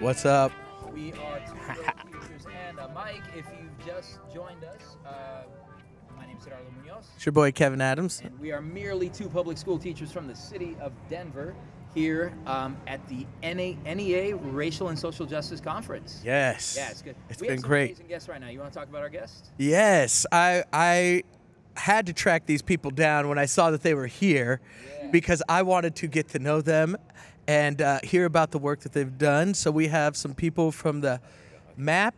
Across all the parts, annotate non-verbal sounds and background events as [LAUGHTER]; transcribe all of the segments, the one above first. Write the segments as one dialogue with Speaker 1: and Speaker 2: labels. Speaker 1: What's up?
Speaker 2: We are two producers and uh, Mike. If you've just joined us, uh, my name is Gerardo Munoz,
Speaker 1: It's your boy Kevin Adams.
Speaker 2: and we are merely two public school teachers from the city of Denver here um, at the NA- NEA E Racial and Social Justice Conference.
Speaker 1: Yes.
Speaker 2: Yeah, it's good.
Speaker 1: It's
Speaker 2: we
Speaker 1: been
Speaker 2: have some
Speaker 1: great.
Speaker 2: Amazing guests right now. You want to talk about our guests?
Speaker 1: Yes, I I had to track these people down when I saw that they were here
Speaker 2: Yeah.
Speaker 1: because I wanted to get to know them and uh, hear about the work that they've done. So we have some people from the
Speaker 2: [LAUGHS]
Speaker 1: MAP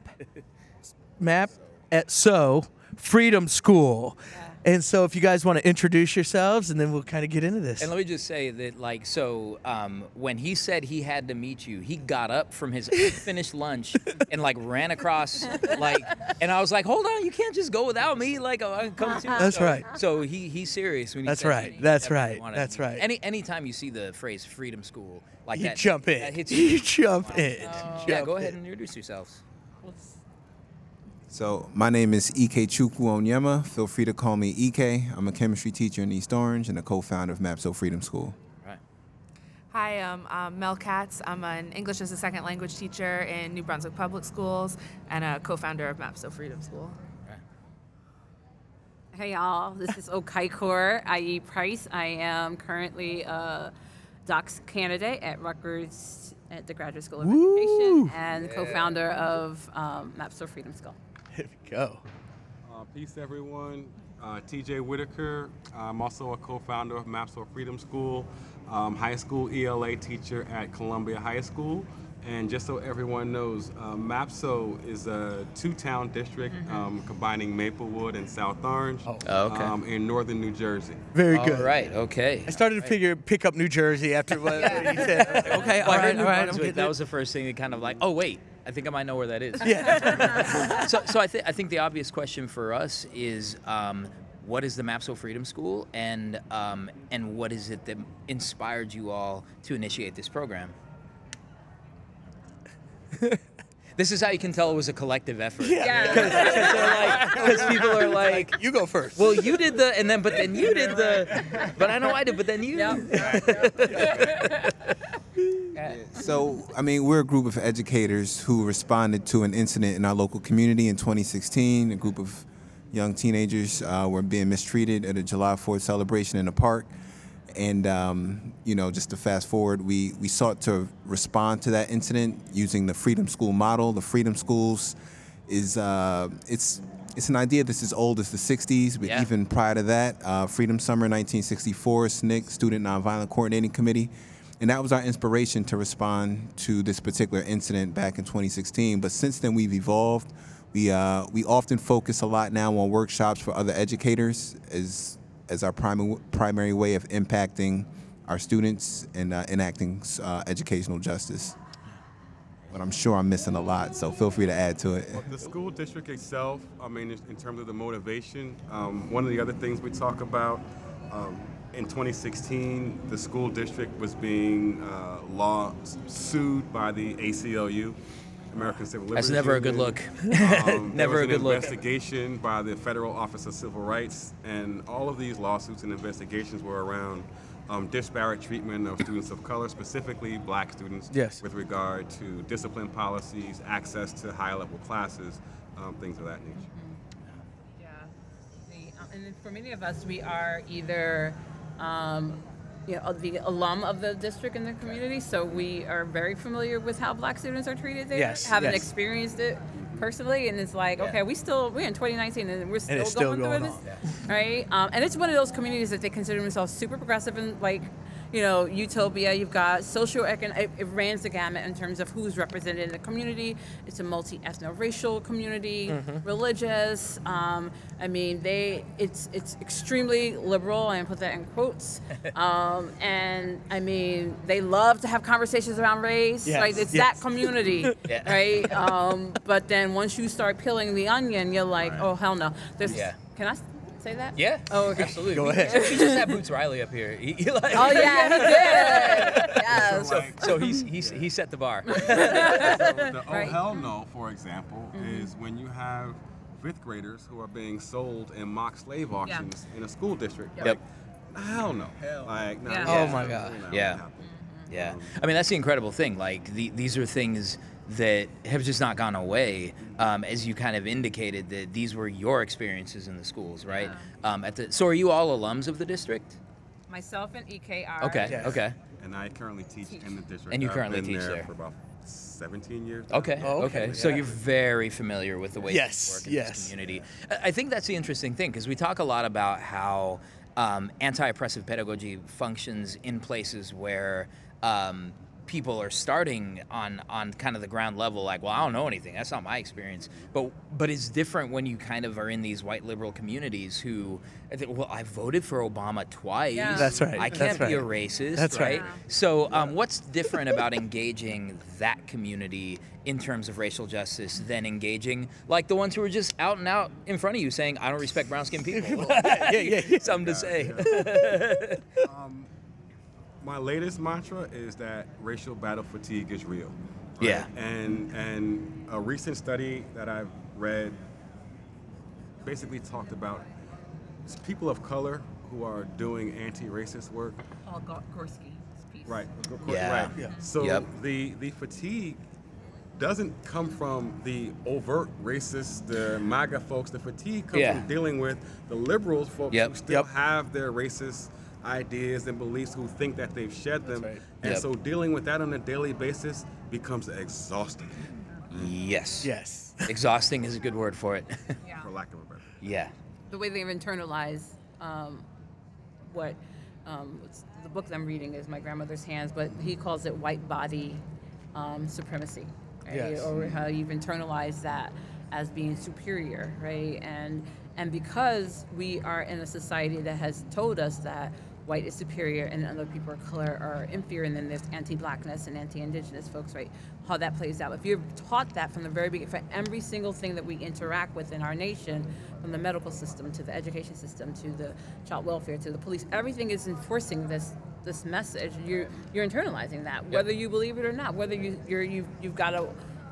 Speaker 1: MAP at So Freedom School. And so if you guys want to introduce yourselves and then we'll kind of get into this.
Speaker 2: And let me just say that, like, so um, when he said he had to meet you, he got up from his unfinished lunch and like ran across, like, and I was like, hold on, you can't just go without me. Like, I can come too.
Speaker 1: That's
Speaker 2: So-
Speaker 1: right.
Speaker 2: So he he's serious when he
Speaker 1: That's
Speaker 2: says
Speaker 1: right,
Speaker 2: that he
Speaker 1: that's
Speaker 2: definitely
Speaker 1: right,
Speaker 2: wanted to
Speaker 1: that's
Speaker 2: meet you.
Speaker 1: right.
Speaker 2: Any anytime you see the phrase "freedom school," like
Speaker 1: you
Speaker 2: that,
Speaker 1: jump in.
Speaker 2: That
Speaker 1: [LAUGHS]
Speaker 2: hits you.
Speaker 1: you jump in.
Speaker 2: yeah,
Speaker 1: Jump
Speaker 2: go
Speaker 1: in.
Speaker 2: ahead and introduce yourselves.
Speaker 3: So my name is Ek Chukwu Onyema. Feel free to call me Ek. I'm a chemistry teacher in East Orange and a co-founder of MAPSO Freedom School.
Speaker 2: All right.
Speaker 4: Hi, um, I'm Mel Katz. I'm an English as a second language teacher in New Brunswick Public Schools and a co founder of MAPSO Freedom School.
Speaker 5: Hey y'all, this is Okaikor IE Price. I am currently a docs candidate at Rutgers at the Graduate School of
Speaker 1: Woo!
Speaker 5: Education and co-founder of um, Maps for Freedom School.
Speaker 1: Here we go.
Speaker 6: Uh, peace, everyone. Uh, TJ Whitaker. I'm also a co founder of Maps for Freedom School, um, high school ELA teacher at Columbia High School. And just so everyone knows, uh, MAPSO is a two town district um, combining Maplewood and South Orange
Speaker 2: Mm-hmm. Oh, okay.
Speaker 6: um, in northern New Jersey.
Speaker 1: Very
Speaker 2: All
Speaker 1: good.
Speaker 2: right. Okay.
Speaker 1: I started to figure pick up New Jersey after what, what you said. I was like, okay,
Speaker 2: Well,
Speaker 1: all
Speaker 2: I heard
Speaker 1: right,
Speaker 2: New
Speaker 1: all right, I'm
Speaker 2: Brunswick,
Speaker 1: getting
Speaker 2: that
Speaker 1: it.
Speaker 2: was the first thing that kind of like, oh wait, I think I might know where that
Speaker 1: [LAUGHS]
Speaker 2: is.
Speaker 1: yeah. [LAUGHS]
Speaker 2: so, so I, th- I think the obvious question for us is um, what is the MAPSO Freedom School and, um, and what is it that inspired you all to initiate this program? [LAUGHS] this is how you can tell it was a collective effort. [LAUGHS]
Speaker 5: Yeah.
Speaker 2: Because people are like,
Speaker 1: You go first.
Speaker 2: well, you did the, and then, but then you did the, but I know I did, but then you.
Speaker 3: So, I mean, we're a group of educators who responded to an incident in our local community in 2016. A group of young teenagers uh, were being mistreated at a July 4th celebration in a park. And, um, you know, just to fast forward, we, we sought to respond to that incident using the Freedom School model. The Freedom Schools is, uh, it's, it's an idea that's as old as the 60s, but
Speaker 2: Yeah.
Speaker 3: even prior to that, uh, Freedom Summer 1964, SNCC, Student Nonviolent Coordinating Committee. And that was our inspiration to respond to this particular incident back in 2016. But since then, we've evolved. We, uh, we often focus a lot now on workshops for other educators as, as our prim- primary way of impacting our students and uh, enacting uh, educational justice. But I'm sure I'm missing a lot, so feel free to add to it.
Speaker 6: The school district itself, I mean, in- in terms of the motivation, um, one of the other things we talk about um, in 2016, the school district was being uh, law sued by the ACLU, American Civil Liberties.
Speaker 2: That's never a good
Speaker 6: Union.
Speaker 2: look.
Speaker 6: Um,
Speaker 2: [LAUGHS]
Speaker 6: there
Speaker 2: Never
Speaker 6: was
Speaker 2: a
Speaker 6: an
Speaker 2: good look.
Speaker 6: Investigation by the Federal Office of Civil Rights, and all of these lawsuits and investigations were around um, disparate treatment of students of color, specifically black students,
Speaker 1: Yes.
Speaker 6: with regard to discipline policies, access to high level classes, um, things of that nature.
Speaker 5: Yeah. The- uh, And then for many of us, we are either, um, you know, the alum of the district and the community, so we are very familiar with how black students are treated there.
Speaker 1: Yes,
Speaker 5: Haven't
Speaker 1: yes.
Speaker 5: experienced it personally, and it's like, okay, we still, we're in 2019 and we're still,
Speaker 1: it's still
Speaker 5: going,
Speaker 1: going
Speaker 5: through this. Right? Um, and it's one of those communities that they consider themselves super progressive and like, you know, utopia. You've got social econ. It, it runs the gamut in terms of who's represented in the community. It's a multi-ethno-racial community,
Speaker 1: Mm-hmm.
Speaker 5: religious. Um, I mean, they. It's it's extremely liberal. and I put that in
Speaker 1: [LAUGHS]
Speaker 5: quotes. um, and I mean, they love to have conversations around race.
Speaker 1: Yes,
Speaker 5: Like it's
Speaker 1: yes.
Speaker 2: [LAUGHS]
Speaker 5: that community, right? Um, but then once you start peeling the onion, you're like, oh hell no. There's.
Speaker 2: Yeah.
Speaker 5: Can I s- say that?
Speaker 2: Yeah.
Speaker 5: Oh, okay.
Speaker 2: absolutely.
Speaker 1: Go
Speaker 2: We-
Speaker 1: ahead.
Speaker 2: We just had Boots Riley up here. He, he like,
Speaker 5: Oh yeah,
Speaker 2: [LAUGHS]
Speaker 5: he did. Yes.
Speaker 2: So, so he's, he's, he set the bar.
Speaker 6: the oh
Speaker 5: Right.
Speaker 6: hell no, for example, is when you have fifth graders who are being sold in mock slave auctions in a school district.
Speaker 2: Yep.
Speaker 6: Like, hell no. Like, nah,
Speaker 5: Yeah.
Speaker 6: this
Speaker 1: Oh my
Speaker 6: is-
Speaker 1: God.
Speaker 6: nah,
Speaker 2: Yeah.
Speaker 6: nah.
Speaker 2: Yeah, I mean that's the incredible thing. Like the, these are things that have just not gone away, um, as you kind of indicated that these were your experiences in the schools, right? Um, at the, so are you all alums of the district?
Speaker 5: Myself and E EKR.
Speaker 2: Okay,
Speaker 1: Yes.
Speaker 2: okay,
Speaker 6: And I currently teach in the district.
Speaker 2: And you
Speaker 6: I've
Speaker 2: currently
Speaker 6: been
Speaker 2: teach
Speaker 6: there,
Speaker 2: there.
Speaker 6: for about 17 years. now.
Speaker 2: okay,
Speaker 1: Oh, okay,
Speaker 2: okay. So
Speaker 1: yeah.
Speaker 2: you're very familiar with the way
Speaker 1: Yes,
Speaker 2: things work in
Speaker 1: yes.
Speaker 2: this community. I- I think that's the interesting thing because we talk a lot about how um, anti-oppressive pedagogy functions in places where. Um, people are starting on on kind of the ground level like well I don't know anything that's not my experience but but it's different when you kind of are in these white liberal communities who I think, well I voted for Obama twice
Speaker 5: Yeah.
Speaker 1: That's right,
Speaker 2: I
Speaker 1: that's
Speaker 2: can't be a
Speaker 1: right.
Speaker 2: racist
Speaker 1: That's right.
Speaker 2: right so, um, what's different about engaging that community in terms of racial justice than engaging like the ones who are just out and out in front of you saying, "I don't respect brown skinned people"? yeah,
Speaker 1: [LAUGHS] yeah, yeah.
Speaker 2: [LAUGHS] Something to say.
Speaker 6: my latest mantra is that racial battle fatigue is real.
Speaker 2: Yeah.
Speaker 6: And and a recent study that I've read basically talked about s- people of color who are doing anti-racist work.
Speaker 5: Paul Gor- Gorski. piece.
Speaker 6: Right. of course,
Speaker 2: Yeah.
Speaker 6: Right.
Speaker 2: Yeah.
Speaker 6: So
Speaker 2: Yep.
Speaker 6: the the fatigue doesn't come from the overt racist, the MAGA folks. The fatigue comes
Speaker 2: Yeah.
Speaker 6: from dealing with the liberals folks who
Speaker 2: Yep.
Speaker 6: still
Speaker 1: Yep.
Speaker 6: have their racist ideas and beliefs who think that they've shed them.
Speaker 1: right.
Speaker 6: And
Speaker 2: Yep.
Speaker 6: so dealing with that on a daily basis becomes exhausting,
Speaker 2: yes.
Speaker 1: Yes.
Speaker 2: Exhausting is a good word for it. [LAUGHS]
Speaker 5: Yeah.
Speaker 6: for lack of a better.
Speaker 2: yeah.
Speaker 5: the way they've internalized um, what um, what's- the book that I'm reading is My Grandmother's Hands, but he calls it white body um, supremacy, right?
Speaker 1: Yes.
Speaker 5: Or how you've internalized that as being superior, right? And and because we are in a society that has told us that white is superior and other people of color are inferior, and then there's anti-blackness and anti-indigenous folks, right? How that plays out. If you're taught that from the very beginning, for every single thing that we interact with in our nation, from the medical system to the education system to the child welfare to the police, everything is enforcing this this message. You're you're internalizing that, whether you believe it or not, whether you you're, you've you've got a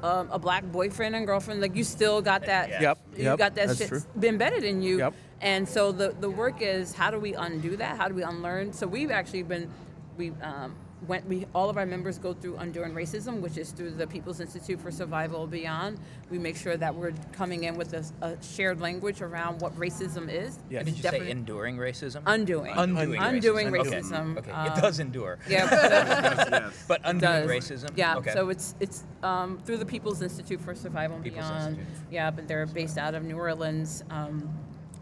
Speaker 5: um, a black boyfriend and girlfriend, like you still got that.
Speaker 1: Yep,
Speaker 5: You
Speaker 1: yep,
Speaker 5: got that
Speaker 1: that's
Speaker 5: shit
Speaker 1: true.
Speaker 5: embedded in you.
Speaker 1: Yep.
Speaker 5: And so the, the work is how do we undo that? How do we unlearn? So we've actually been, we um, went, we all of our members go through Undoing Racism, which is through the People's Institute for Survival Beyond. We make sure that we're coming in with a, a shared language around what racism is.
Speaker 1: Yes.
Speaker 2: Did you
Speaker 5: Definite-
Speaker 2: say enduring racism?
Speaker 5: Undoing.
Speaker 2: Undoing,
Speaker 5: Undoing racism,
Speaker 2: racism. Okay. okay.
Speaker 5: um,
Speaker 2: it does endure.
Speaker 5: Yeah. but-
Speaker 6: yes.
Speaker 2: But undoing
Speaker 5: does.
Speaker 2: racism.
Speaker 5: Yeah.
Speaker 2: Okay.
Speaker 5: So it's it's um, through the People's Institute for Survival and
Speaker 2: People's
Speaker 5: Beyond.
Speaker 2: Institute.
Speaker 5: Yeah, but they're based out of New Orleans. Um,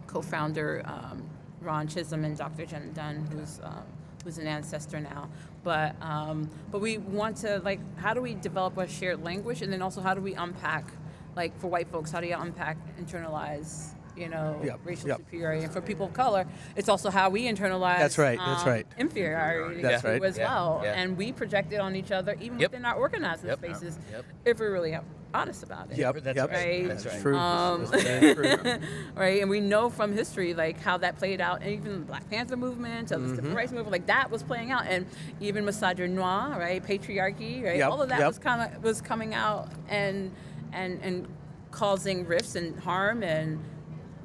Speaker 5: co-founder um, Ron Chisholm and Dr. Jenna Dunn, who's um, who's an ancestor now. But um, but we want to like how do we develop a shared language, and then also how do we unpack like for white folks, how do you unpack internalize you know
Speaker 1: Yep,
Speaker 5: racial
Speaker 1: yep.
Speaker 5: superiority, and for people of color, it's also how we internalize
Speaker 1: That's right, that's
Speaker 5: um,
Speaker 1: right.
Speaker 5: inferiority
Speaker 1: That's
Speaker 5: too
Speaker 1: right.
Speaker 5: as
Speaker 2: Yeah,
Speaker 5: well,
Speaker 2: yeah.
Speaker 5: and we project it on each other, even
Speaker 2: Yep.
Speaker 5: within our organizing
Speaker 2: Yep.
Speaker 5: spaces,
Speaker 2: Yep.
Speaker 5: if we're really honest about it.
Speaker 1: Yep.
Speaker 2: That's
Speaker 1: yep.
Speaker 5: right.
Speaker 1: That's
Speaker 2: Right.
Speaker 1: true.
Speaker 5: Um,
Speaker 1: That's very true.
Speaker 5: Right, and we know from history like how that played out, and even the Black Panther movement, or the
Speaker 1: Mm-hmm.
Speaker 5: Civil Rights movement, like that was playing out, and even misogynoir, right, patriarchy, right,
Speaker 1: Yep,
Speaker 5: all of that
Speaker 1: yep.
Speaker 5: was kind of was coming out and and and causing rifts and harm and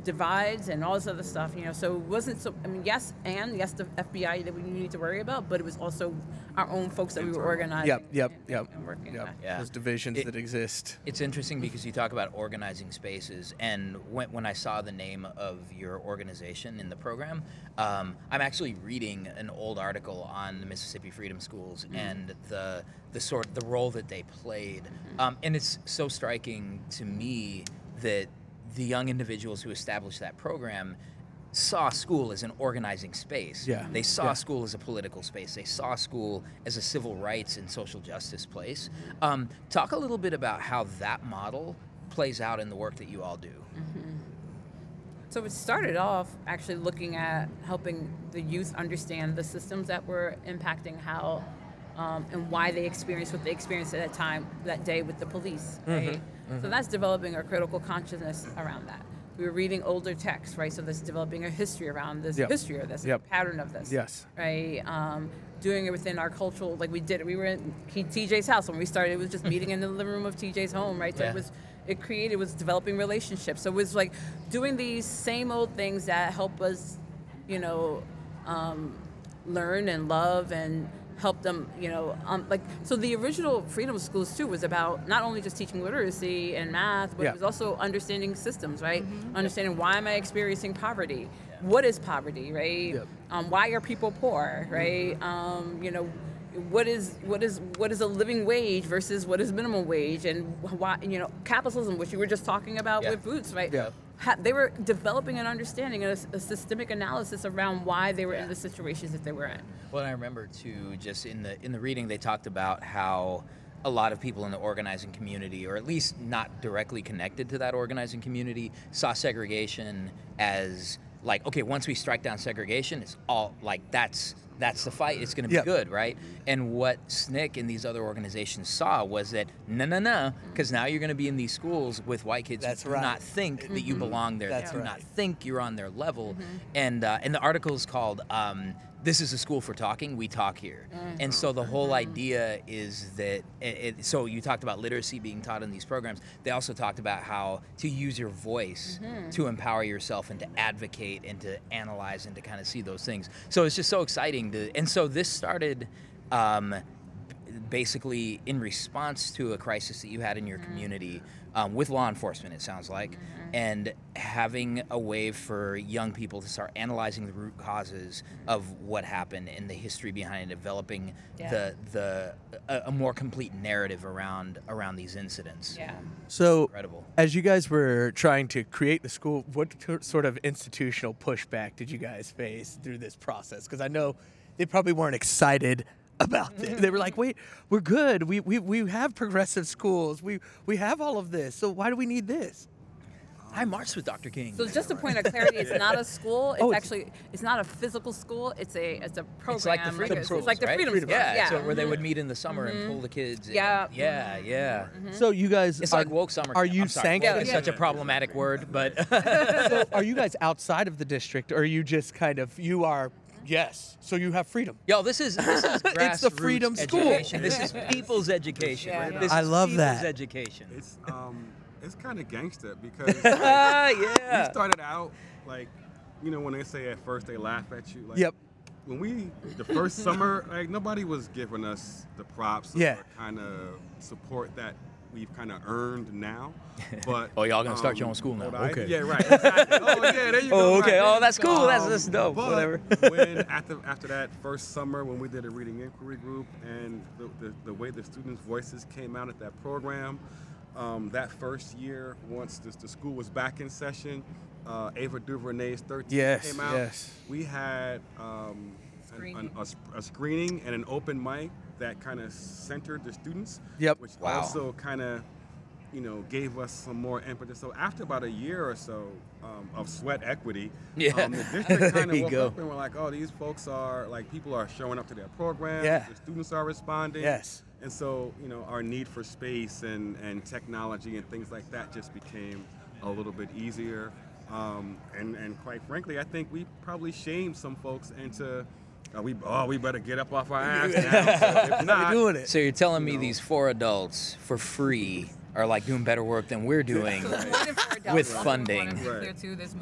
Speaker 5: divides and all this other stuff, you know. So it wasn't so. I mean, yes, and yes, the FBI that we need to worry about, but it was also our own folks that we were organizing.
Speaker 1: Yep, yep,
Speaker 5: and-
Speaker 1: yep.
Speaker 5: and working
Speaker 1: Yep.
Speaker 5: on.
Speaker 2: Yeah.
Speaker 1: Those divisions that exist.
Speaker 2: It's interesting because you talk about organizing spaces, and when, when I saw the name of your organization in the program, um, I'm actually reading an old article on the Mississippi Freedom Schools and the the sort the role that they played, um, and it's so striking to me that the young individuals who established that program saw school as an organizing space.
Speaker 1: Yeah.
Speaker 2: They saw
Speaker 1: Yeah.
Speaker 2: school as a political space. They saw school as a civil rights and social justice place. Um, talk a little bit about how that model plays out in the work that you all do.
Speaker 5: So it started off actually looking at helping the youth understand the systems that were impacting how um, and why they experienced what they experienced at that time, that day with the police.
Speaker 1: Mm-hmm,
Speaker 5: Right? So that's developing a critical consciousness around that. We were reading older texts, right? So that's developing a history around this
Speaker 1: Yep.
Speaker 5: history of this
Speaker 1: Yep.
Speaker 5: pattern of this.
Speaker 1: Yes.
Speaker 5: Right. Um, doing it within our cultural, like we did. We were in T- TJ's house when we started. It was just meeting in the living room of TJ's home, right? So
Speaker 2: Yeah.
Speaker 5: it was it created was developing relationships. So it was like doing these same old things that help us, you know, um, learn and love and help them, you know, um, like so the original Freedom Schools too was about not only just teaching literacy and math, but
Speaker 1: Yeah.
Speaker 5: it was also understanding systems, right? Understanding why am I experiencing poverty? What is poverty, right?
Speaker 1: Yep.
Speaker 5: Um, why are people poor, right? Um, you know, what is what is what is a living wage versus what is minimum wage, and why you know capitalism, which you were just talking about
Speaker 2: Yeah.
Speaker 5: with Boots, right?
Speaker 1: Yeah.
Speaker 5: ha- they were developing an understanding, a, a systemic analysis around why they were
Speaker 2: Yeah.
Speaker 5: in the situations that they were in.
Speaker 2: Well, I remember too, just in the in the reading, they talked about how a lot of people in the organizing community, or at least not directly connected to that organizing community, saw segregation as like, okay, once we strike down segregation, it's all like that's that's the fight. It's going to be
Speaker 1: Yeah.
Speaker 2: good, right? And what SNCC and these other organizations saw was that no, no, no, because now you're going to be in these schools with white kids
Speaker 1: That's
Speaker 2: who do
Speaker 1: right.
Speaker 2: not think that you belong there,
Speaker 1: Mm-hmm. That's
Speaker 2: that do not
Speaker 1: right. Mm-hmm.
Speaker 2: think you're on their level. And uh, and the article is called um, "This is a School for Talking. We Talk Here."
Speaker 1: Mm-hmm.
Speaker 2: And so the whole idea is that it, it, so you talked about literacy being taught in these programs. They also talked about how to use your voice
Speaker 1: Mm-hmm.
Speaker 2: to empower yourself and to advocate and to analyze and to kind of see those things. So it's just so exciting to. And so this started. Um, basically in response to a crisis that you had in your
Speaker 5: Mm-hmm.
Speaker 2: community um, with law enforcement, it sounds like, and having a way for young people to start analyzing the root causes of what happened and the history behind it, developing the the a, a more complete narrative around around these incidents.
Speaker 1: So,
Speaker 2: Incredible.
Speaker 1: as you guys were trying to create the school, what t- sort of institutional pushback did you guys face through this process? Because I know they probably weren't excited about it. They were like, "Wait, we're good. We, we we have progressive schools. We we have all of this. So why do we need this?"
Speaker 2: I marched with Dr. King.
Speaker 5: So just a point of
Speaker 2: [LAUGHS]
Speaker 5: clarity, it's not a school. It's
Speaker 1: Oh, it's-
Speaker 5: actually it's not a physical school. It's a it's a program.
Speaker 2: it's like the freedom
Speaker 5: a-
Speaker 2: schools,
Speaker 5: It's like the
Speaker 2: right?
Speaker 5: freedom, schools,
Speaker 2: yeah,
Speaker 5: Yeah.
Speaker 2: So where they would meet in the summer and pull the kids. in.
Speaker 5: Yeah. Mm-hmm.
Speaker 2: yeah, yeah.
Speaker 1: So you guys
Speaker 2: It's
Speaker 1: are,
Speaker 2: like woke summer.
Speaker 1: Are
Speaker 2: camp.
Speaker 1: you
Speaker 2: I'm sorry, woke
Speaker 1: sanctioned?
Speaker 2: is such a problematic word, but
Speaker 1: so are you guys outside of the district, or are you just kind of you are? Yes. So you have freedom.
Speaker 2: Yo, this is this is
Speaker 1: It's the
Speaker 2: grassroots
Speaker 1: freedom school.
Speaker 2: education. This is people's education.
Speaker 5: Yeah.
Speaker 2: This
Speaker 1: I
Speaker 2: is
Speaker 1: love
Speaker 2: people's
Speaker 1: that.
Speaker 2: education.
Speaker 6: It's um, it's kind of gangster
Speaker 2: [LAUGHS]
Speaker 6: because like,
Speaker 2: Ah,
Speaker 6: we
Speaker 2: yeah.
Speaker 6: started out like, you know, when they say at first they laugh at you. Like,
Speaker 1: Yep.
Speaker 6: When we
Speaker 2: [LAUGHS]
Speaker 6: the first summer, like nobody was giving us the props
Speaker 1: Yeah.
Speaker 6: or kind of support that we've kind of earned
Speaker 2: [LAUGHS]
Speaker 6: now. But um,
Speaker 2: Oh, y'all gonna start your own school now.
Speaker 6: what I-
Speaker 2: Okay.
Speaker 6: yeah, right. exactly. Oh yeah, there you
Speaker 2: [LAUGHS]
Speaker 6: go.
Speaker 2: Oh,
Speaker 6: right.
Speaker 2: okay. Oh, that's cool. That's
Speaker 6: Um,
Speaker 2: that's dope.
Speaker 6: but
Speaker 2: Whatever. [LAUGHS]
Speaker 6: [LAUGHS] when after after that first summer when we did a reading inquiry group and the, the, the way the students' voices came out at that program, um, that first year once this, the school was back in session, uh, Ava DuVernay's 13
Speaker 1: Yes,
Speaker 6: came out.
Speaker 1: yes.
Speaker 6: We had um, an, an, a, sp- a screening and an open mic that kind of centered the students.
Speaker 1: Yep.
Speaker 6: Which
Speaker 2: Wow.
Speaker 6: also kind of you know, gave us some more impetus. So after about a year or so um, of sweat equity,
Speaker 2: Yeah. [LAUGHS]
Speaker 6: um, the district
Speaker 2: There
Speaker 6: kind of
Speaker 2: you
Speaker 6: woke
Speaker 2: go.
Speaker 6: up and we're like, oh, these folks are like people are showing up to their programs.
Speaker 1: Yeah.
Speaker 6: The students are responding.
Speaker 1: Yes.
Speaker 6: And so you know, our need for space and and technology and things like that just became a little bit easier. Um, and and quite frankly, I think we probably shamed some folks into. Uh, we oh we better get up off our ass
Speaker 1: [LAUGHS]
Speaker 6: now. So if not,
Speaker 1: We're doing
Speaker 6: [LAUGHS]
Speaker 1: it.
Speaker 2: So you're telling me these four adults for free are like doing better work than we're
Speaker 5: [LAUGHS]
Speaker 2: doing? With funding.
Speaker 6: Right.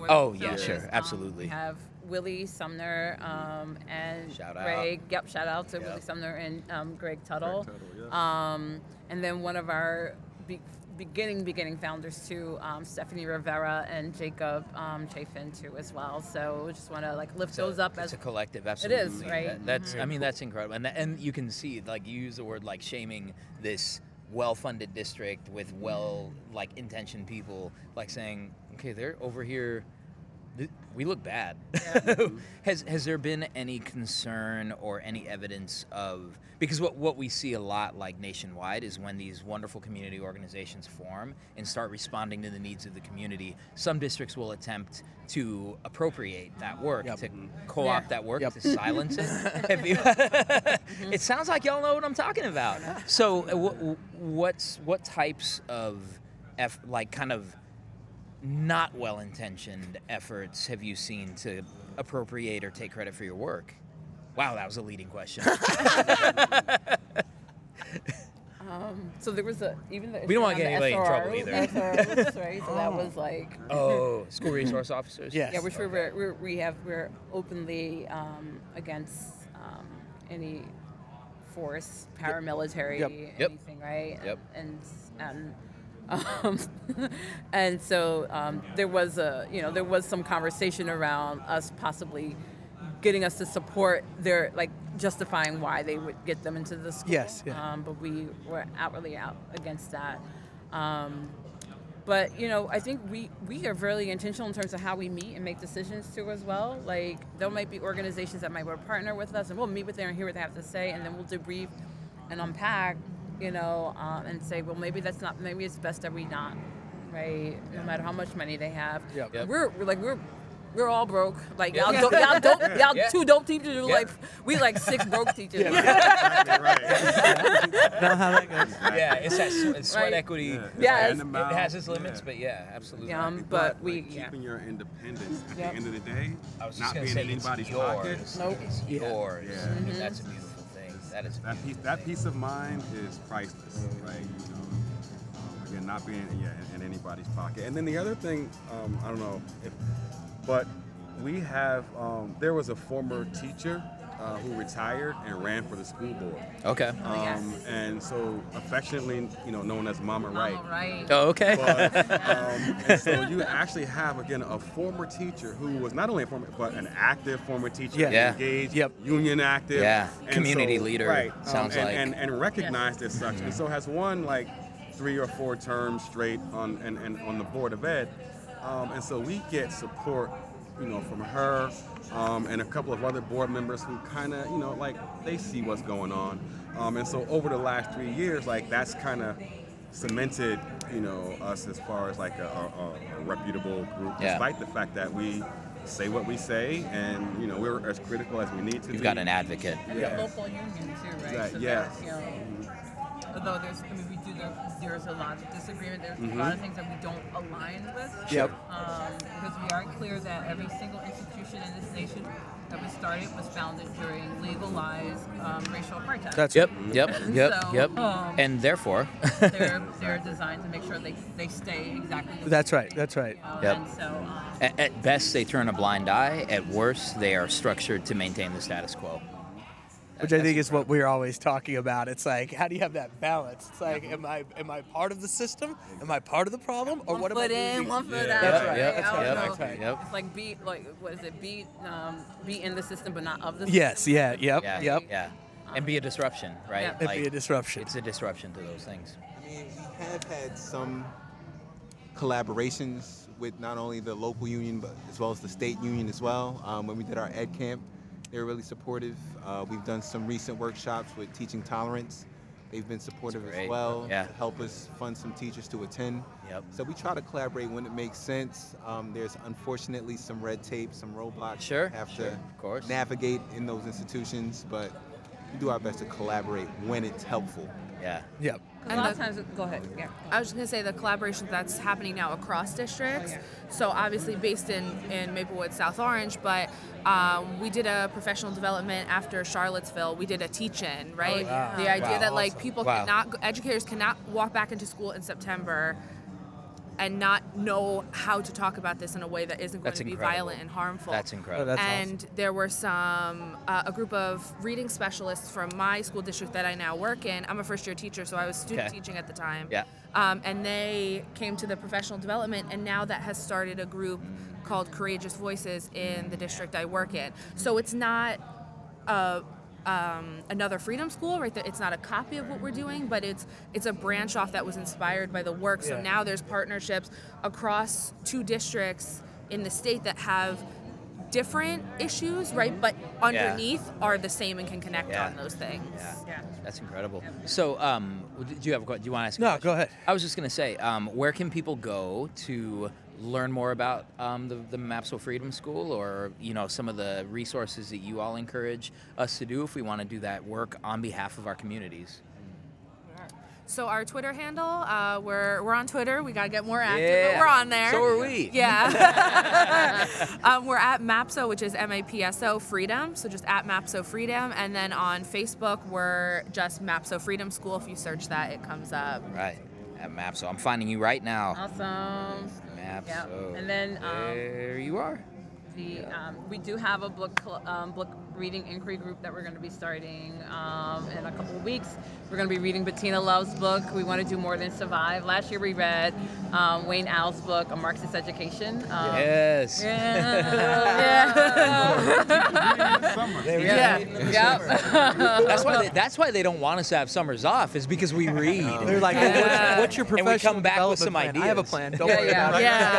Speaker 2: Oh, yeah, sure, absolutely.
Speaker 5: um, We have Willie Sumner um, and
Speaker 2: Shout out.
Speaker 5: Greg. Yep, shout out to
Speaker 2: Yep.
Speaker 5: Willie Sumner and um, Greg Tuttle.
Speaker 6: Greg Tuttle,
Speaker 5: um, and then one of our be- beginning beginning founders too, um, Stephanie Rivera and Jacob um, Chafin too as well. So we just want to like lift
Speaker 2: So
Speaker 5: those up
Speaker 2: it's
Speaker 5: as
Speaker 2: a collective absolutely
Speaker 5: right?
Speaker 2: That- that's i mean that's incredible and, that, and you can see like you use the word like shaming this well-funded district with well like intentioned people like saying okay they're over here th- we look bad. [LAUGHS] has has there been any concern or any evidence of because what what we see a lot like nationwide is when these wonderful community organizations form and start responding to the needs of the community, some districts will attempt to appropriate that work to co-opt
Speaker 5: Yeah.
Speaker 2: that work to silence it. Have you- [LAUGHS] it sounds like y'all know what I'm talking about. So what what's what types of F, like kind of not well intentioned efforts have you seen to appropriate or take credit for your work? Wow, that was a leading question.
Speaker 5: So there was a even the
Speaker 2: We don't wanna
Speaker 5: issue around
Speaker 2: get
Speaker 5: the
Speaker 2: anybody in trouble
Speaker 5: SROs, SROs, right? So that was like
Speaker 2: [LAUGHS] oh, school [LAUGHS] resource officers?
Speaker 1: Yes.
Speaker 5: yeah, which we're, we're we have we're openly um, against um, any Force, paramilitary,
Speaker 2: Yep.
Speaker 5: anything, right?
Speaker 2: Yep.
Speaker 5: And and um, [LAUGHS] and so um, there was a you know there was some conversation around us possibly getting us to support their like justifying why they would get them into the school.
Speaker 1: Yes, yeah.
Speaker 5: Um, but we were outwardly out against that. Um, but you know, I think we we are really intentional in terms of how we meet and make decisions too, as well. Like there might be organizations that might want to partner with us, and we'll meet with them and hear what they have to say, and then we'll debrief and unpack, you know, um, and say, well, maybe that's not, maybe it's best that we not, right? No matter how much money they have,
Speaker 1: Yep.
Speaker 2: Yep.
Speaker 5: We're, we're like we're. We're all broke. Like
Speaker 2: Yeah.
Speaker 5: y'all, do y'all, dope, y'all
Speaker 2: [LAUGHS] Yeah.
Speaker 5: two dope teachers. Are
Speaker 2: Yeah.
Speaker 5: Like we like six broke
Speaker 2: [LAUGHS]
Speaker 5: teachers.
Speaker 1: [LAUGHS] Know how that goes.
Speaker 2: yeah, it's that sw- it's sweat
Speaker 5: Right.
Speaker 2: equity.
Speaker 6: Yeah, it's
Speaker 5: Yeah,
Speaker 6: like
Speaker 5: it's-
Speaker 6: an
Speaker 2: It
Speaker 6: amount,
Speaker 2: has its limits,
Speaker 6: yeah.
Speaker 2: but yeah, absolutely.
Speaker 5: Yeah, um, but we
Speaker 6: like,
Speaker 5: yeah.
Speaker 6: keeping your independence at
Speaker 5: Yep.
Speaker 6: the end of the day,
Speaker 2: I was just
Speaker 6: not
Speaker 2: gonna
Speaker 6: being
Speaker 2: say
Speaker 6: in
Speaker 2: it's
Speaker 6: anybody's pocket.
Speaker 2: yours.
Speaker 5: Nope.
Speaker 2: It's
Speaker 1: Yeah.
Speaker 2: yours.
Speaker 6: Yeah.
Speaker 2: I mean, that's a beautiful thing. That is a
Speaker 6: That
Speaker 2: beautiful
Speaker 6: piece, that
Speaker 2: thing.
Speaker 6: peace of mind is priceless. Like, you know, um, again, not being yeah, in, in anybody's pocket. And then the other thing, um, I don't know, if, but we have. Um, there was a former teacher uh, who retired and ran for the school board.
Speaker 2: Okay.
Speaker 6: Um,
Speaker 5: Oh, yes.
Speaker 6: And so affectionately, you know, known as Mama, Wright.
Speaker 5: right.
Speaker 2: Oh, okay.
Speaker 6: But, um, and so you actually have again a former teacher who was not only a former but an active former teacher,
Speaker 1: Yeah.
Speaker 2: Yeah.
Speaker 6: engaged,
Speaker 1: Yep.
Speaker 6: union active,
Speaker 2: Yeah.
Speaker 6: and
Speaker 2: Community
Speaker 6: so-
Speaker 2: leader,
Speaker 6: right? um,
Speaker 2: sounds
Speaker 6: and,
Speaker 2: like.
Speaker 6: and and recognized as such, and so has won like three or four terms straight on and, and on the board of ed, um, and so we get support, you know, from her um, and a couple of other board members who kind of you know like they see what's going on, um, and so over the last three years, like that's kind of cemented, you know, us as far as like a, a, a- a reputable group,
Speaker 2: Yeah.
Speaker 6: despite the fact that we say what we say and you know we're as critical as we need
Speaker 2: [LAUGHS]
Speaker 6: to
Speaker 2: You've
Speaker 6: be.
Speaker 2: got an advocate.
Speaker 5: And
Speaker 6: Yeah.
Speaker 5: the local union too, right?
Speaker 6: Right,
Speaker 5: So
Speaker 6: yeah.
Speaker 5: there's, you know, although there's, I mean, we do, there, there's a lot of disagreement, there's a lot of things that we don't align with.
Speaker 1: Mm-hmm. Yep.
Speaker 5: Um, because we are clear that every single institution in this nation that was started was founded during legalized um, racial apartheid.
Speaker 1: That's
Speaker 2: Yep, yep, yep,
Speaker 5: So,
Speaker 2: yep.
Speaker 5: um,
Speaker 2: and therefore,
Speaker 1: [LAUGHS]
Speaker 5: they're, they're designed to make sure they, they stay exactly the
Speaker 1: That's
Speaker 5: same,
Speaker 1: right, that's right.
Speaker 5: you know,
Speaker 2: Yep.
Speaker 5: And so, um,
Speaker 2: at, at best, they turn a blind eye. At worst, they are structured to maintain the status quo.
Speaker 1: which I think is what we're always talking about. It's like, how do you have that balance? It's like, am I am I part of the system? Am I part of the problem, or what
Speaker 5: one foot
Speaker 1: am I
Speaker 5: in,
Speaker 1: leaving?
Speaker 5: one foot
Speaker 1: Yeah.
Speaker 5: out.
Speaker 1: That's right, that's
Speaker 5: right? I
Speaker 1: right,
Speaker 5: don't
Speaker 1: that's
Speaker 5: know.
Speaker 1: right.
Speaker 2: Yep.
Speaker 5: It's like be like what is it? Be um, be in the system, but not of the.
Speaker 1: Yes.
Speaker 5: System.
Speaker 1: Yeah. Yep.
Speaker 2: Yeah,
Speaker 1: Yep.
Speaker 2: yeah. And be a disruption, right?
Speaker 5: Yeah. And
Speaker 1: It'd be a disruption.
Speaker 2: It's a disruption to those things.
Speaker 3: I mean, we have had some collaborations with not only the local union, but as well as the state union as well. Um, when we did our Ed Camp, they were really supportive. Uh, we've done some recent workshops with Teaching Tolerance. They've been supportive
Speaker 2: great.
Speaker 3: as well.
Speaker 2: Yeah.
Speaker 3: to Help us fund some teachers to attend.
Speaker 2: Yep.
Speaker 3: So we try to collaborate when it makes sense. Um, there's unfortunately some red tape, some roadblocks
Speaker 2: Sure,
Speaker 3: we have
Speaker 2: sure,
Speaker 3: to
Speaker 2: of course.
Speaker 3: navigate in those institutions, but we do our best to collaborate when it's helpful.
Speaker 2: Yeah.
Speaker 1: Yep.
Speaker 5: A lot of
Speaker 4: And the-
Speaker 5: times, go ahead. Yeah.
Speaker 4: I was just gonna say the collaboration that's happening now across districts. So obviously based in in Maplewood, South Orange, but um, we did a professional development after Charlottesville. We did a teach-in, right?
Speaker 1: yeah.
Speaker 4: The idea
Speaker 1: Wow.
Speaker 4: that like
Speaker 1: Awesome.
Speaker 4: people
Speaker 2: Wow.
Speaker 4: cannot, educators cannot walk back into school in September and not know how to talk about this in a way that isn't going
Speaker 2: That's
Speaker 4: to be
Speaker 2: incredible.
Speaker 4: violent and harmful
Speaker 2: That's incredible.
Speaker 1: Oh, that's awesome.
Speaker 4: and there were some uh, a group of reading specialists from my school district that I now work in. I'm a first year teacher, so I was student
Speaker 2: Okay.
Speaker 4: teaching at the time.
Speaker 2: Yeah.
Speaker 4: Um, and they came to the professional development, and now that has started a group called Courageous Voices in the district I work in. So it's not a um, another freedom school right there it's not a copy of what we're doing but it's it's a branch off that was inspired by the work so
Speaker 1: Yeah.
Speaker 4: now there's partnerships across two districts in the state that have different issues right but underneath are the same and can connect
Speaker 2: Mm-hmm. Yeah.
Speaker 4: on those things
Speaker 2: Yeah. That's incredible. So, um, do you have a que- Do you want to ask? a
Speaker 1: No,
Speaker 2: question?
Speaker 1: go ahead.
Speaker 2: I was just gonna say, um, where can people go to learn more about um, the the Mapsville Freedom School, or you know, some of the resources that you all encourage us to do if we want to do that work on behalf of our communities?
Speaker 4: so our twitter handle uh, we're we're on twitter we gotta get more active
Speaker 2: Yeah.
Speaker 4: but we're on there
Speaker 2: So are we. [LAUGHS]
Speaker 4: Yeah. [LAUGHS] um, we're at MAPSO, which is M A P S O Freedom. So just at MAPSO Freedom. And then on Facebook, we're just MAPSO Freedom School. If you search that, it
Speaker 2: [LAUGHS]
Speaker 4: comes up.
Speaker 2: Right. At Mapso, I'm finding you right now.
Speaker 5: Awesome.
Speaker 2: Mapso.
Speaker 5: Yeah. And then um,
Speaker 2: there you are.
Speaker 5: the um, we do have a book cl- um, book reading inquiry group that we're going to be starting um, in a couple of weeks. We're going to be reading Bettina Love's book. We want to do more than survive. Last year we read um, Wayne Al's book, A Marxist Education. Um,
Speaker 2: Yes.
Speaker 6: Summer.
Speaker 5: [LAUGHS] Yeah. Yep.
Speaker 2: That's why. They, that's why they don't want us to have summers off. Is because
Speaker 5: [LAUGHS]
Speaker 2: we read.
Speaker 1: They're like, "Oh, what's, what's your
Speaker 2: And we
Speaker 1: professional
Speaker 2: come back with
Speaker 1: development
Speaker 2: some
Speaker 1: plan? I have a
Speaker 2: ideas.
Speaker 1: plan. Don't
Speaker 5: Yeah,
Speaker 1: worry
Speaker 5: yeah.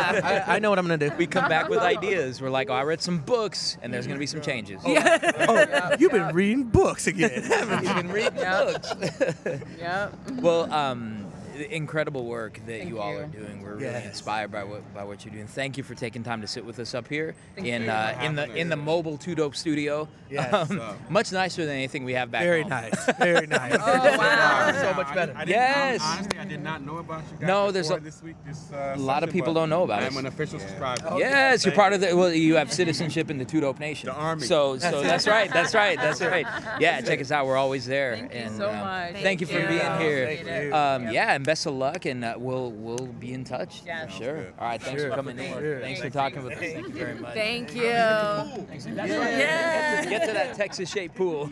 Speaker 1: about it.
Speaker 5: Yeah.
Speaker 1: [LAUGHS] I, I know what I'm gonna do.
Speaker 2: we come back
Speaker 5: [LAUGHS]
Speaker 2: with ideas. We're like, oh, I read some books, and there's going to be some changes.
Speaker 1: oh, you've been reading books again. haven't you?
Speaker 2: You can read books.
Speaker 5: [LAUGHS] Yep.
Speaker 2: [LAUGHS] Well, um, the incredible work that you all
Speaker 5: you.
Speaker 2: are doing. We're
Speaker 1: Yes.
Speaker 2: really inspired by what by what you're doing. Thank you for taking time to sit with us up here
Speaker 5: Thank
Speaker 2: in
Speaker 5: you.
Speaker 2: uh, in the in the mobile Two Dope Studio. Um,
Speaker 1: Yes.
Speaker 2: much nicer than anything we have back
Speaker 1: Very
Speaker 2: home.
Speaker 1: nice. Very nice.
Speaker 5: Oh, wow.
Speaker 1: So much better.
Speaker 6: I, I didn't-
Speaker 2: Yes.
Speaker 6: hon- honestly, I did not know about you guys.
Speaker 2: No, there's
Speaker 6: before
Speaker 2: a-
Speaker 6: this week. This, uh,
Speaker 2: a lot of
Speaker 6: session,
Speaker 2: people
Speaker 6: but
Speaker 2: don't know about
Speaker 6: I
Speaker 2: us.
Speaker 6: am an official subscriber.
Speaker 2: Yes, you're part of the. Well, you have citizenship in the Two Dope Nation.
Speaker 6: The army.
Speaker 2: So, so that's right. That's right. That's right. Yeah, check us out. We're always there.
Speaker 5: Thank you
Speaker 2: and,
Speaker 5: so
Speaker 2: um,
Speaker 5: much.
Speaker 2: Thank,
Speaker 5: Thank
Speaker 2: you for
Speaker 5: you.
Speaker 2: being here.
Speaker 5: Appreciate it.
Speaker 2: Um,
Speaker 5: Yep.
Speaker 2: Yeah, and best of luck, and uh, we'll we'll be in touch.
Speaker 5: Yes.
Speaker 2: for
Speaker 5: Sounds
Speaker 2: sure.
Speaker 6: good.
Speaker 2: All right. Thanks for coming in.
Speaker 1: Sure.
Speaker 2: Thanks for talking with us. Thank you very much.
Speaker 5: Thank
Speaker 2: [LAUGHS]
Speaker 5: you.
Speaker 2: That's right. Get to- Get to that Texas shaped pool.